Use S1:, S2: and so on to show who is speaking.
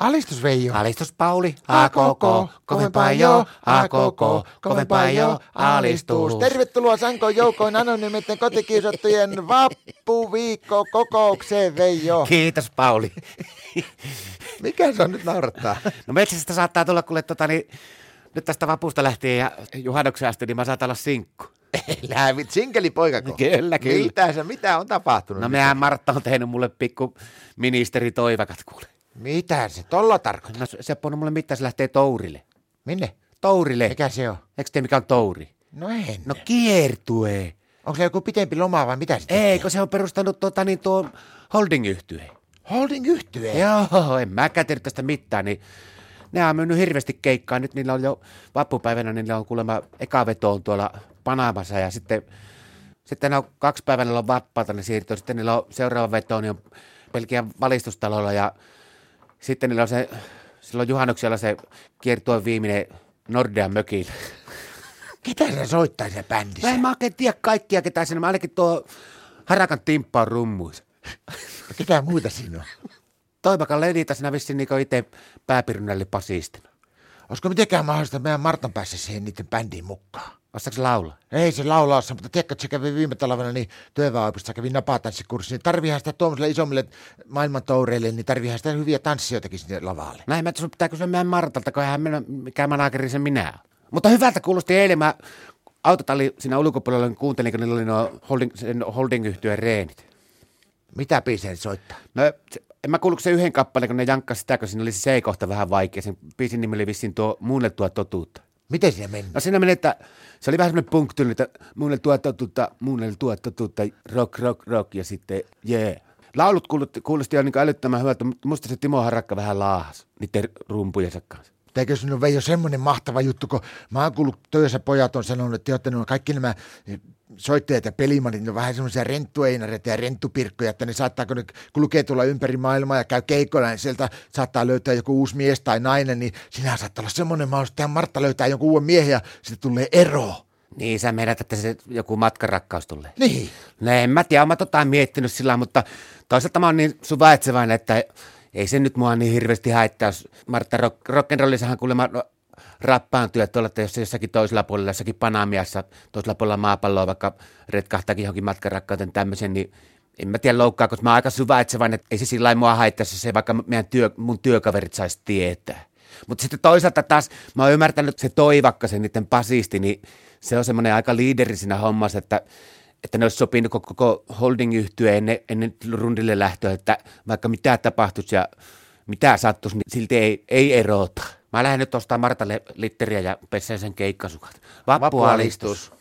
S1: Alistus Veijo.
S2: Alistus Pauli, AKK, kovempaa jo, AKK, kovempaa jo, alistus.
S1: Tervetuloa Sankon joukoin anonyymeiden kotikiusattujen vappuviikko kokoukseen Veijo.
S2: Kiitos Pauli.
S1: Mikä se on nyt naurattaa?
S2: No metsästä saattaa tulla kuule tota niin, nyt tästä vapusta lähtien ja juhannuksen asti, niin mä saatan olla sinkku.
S1: Elää vit, sinkeli poikako.
S2: Kyllä, kyllä.
S1: Mitä se, mitä on tapahtunut?
S2: No
S1: nyt?
S2: mehän Martta on tehnyt mulle pikku ministeri toivakat kuule.
S1: Mitä se tolla tarkoittaa?
S2: No se- Seppo on mulle mitään, se lähtee tourille.
S1: Minne?
S2: Tourille.
S1: Mikä se on?
S2: Eiks tiedä mikä on touri?
S1: No en.
S2: No kiertue.
S1: Onko se joku pitempi loma vai mitä sitten?
S2: Eikö se on perustanut tota niin tuo holding yhtyeen
S1: Holding yhtye.
S2: Joo, en mäkään tiedä tästä mitään, niin ne on mennyt hirveästi keikkaa. Nyt niillä on jo vappupäivänä, niillä on kuulemma eka veto on tuolla Panamassa ja sitten, sitten ne on kaksi päivänä niillä on vapaata, ne siirtyy. Sitten niillä on seuraava veto, niin on Pelkian valistustalolla ja sitten niillä on se, silloin juhannuksella se kiertuen viimeinen Nordean mökillä.
S1: Ketä se soittaa se
S2: Mä
S1: bändissä?
S2: en mä oikein tiedä kaikkia ketään sinne, mä ainakin tuo Harakan timppa on rummuissa.
S1: Ketä muita siinä on?
S2: Toivakan Lenita sinä vissiin niin itse pääpirynälli pasistina.
S1: Olisiko mitenkään mahdollista että meidän Martan päässä siihen niiden bändiin mukaan?
S2: Osaatko laulaa?
S1: Ei se laulaa se, mutta tiedätkö, että se kävi viime talvena, niin työväenopistossa kävi napatanssikurssi, niin tarviihan sitä tuommoiselle isommille maailman toureille, niin tarviihan sitä hyviä tanssijoitakin sinne lavalle.
S2: Näin mä, että sun pitää kysyä meidän Martalta, kun eihän minä, mikä manageri se minä on. Mutta hyvältä kuulosti eilen, mä autotalli siinä ulkopuolella niin kuuntelin, kun niillä oli nuo holding, sen holding yhtyeen reenit.
S1: Mitä biisejä se soittaa?
S2: No se- en mä kuullut kuin se yhden kappaleen, kun ne jankkas sitä, kun siinä oli se seikohta vähän vaikea. Sen biisin nimi oli vissiin tuo muunneltua totuutta.
S1: Miten sinne mennään?
S2: No siinä meni, että se oli vähän semmoinen punktyn, että muunneltua totuutta, muunneltua totuutta, rock, rock, rock ja sitten jee. Yeah. Laulut kuulosti, kuulosti jo niin älyttömän hyvältä, mutta musta se Timo Harakka vähän laahas niiden rumpujensa kanssa.
S1: Eikö sinun Veijo semmoinen mahtava juttu, kun mä oon kuullut töissä pojat on sanonut, että te olette kaikki nämä eh, soittajat ja pelimanit, ne on vähän semmoisia renttueinareita ja renttupirkkoja, että ne saattaako ne kulkee tuolla ympäri maailmaa ja käy keikoilla, niin sieltä saattaa löytää joku uusi mies tai nainen, niin sinä saattaa olla semmoinen mahdollisuus, että Martta löytää jonkun uuden miehen ja sitten tulee ero.
S2: Niin, sä meidät, että se joku matkarakkaus tulee.
S1: Niin.
S2: No en mä tiedä, mä oon tota miettinyt sillä lailla, mutta toisaalta mä oon niin suvaitsevainen, että ei se nyt mua niin hirveästi haittaa, jos Martta rock, rock'n'rollisahan kuulemma no, rappaantuu, että, tuolla, että jos se jossakin toisella puolella, jossakin Panamiassa, toisella puolella maapalloa, vaikka retkahtaakin johonkin matkarakkauteen tämmöisen, niin en mä tiedä loukkaa, koska mä oon aika suvaitsevainen, että ei se sillä lailla mua haittaisi, jos se vaikka meidän työ, mun työkaverit saisi tietää. Mutta sitten toisaalta taas mä oon ymmärtänyt se toivakka, se niiden pasisti, niin se on semmoinen aika liideri siinä hommassa, että että ne olisi sopinut koko- koko holding yhtyä ennen, ennen rundille lähtöä, että vaikka mitä tapahtuisi ja mitä sattuisi, niin silti ei, ei erota. Mä lähden nyt ostamaan Martalle litteriä ja pesään sen keikkasukat. Vappualistus.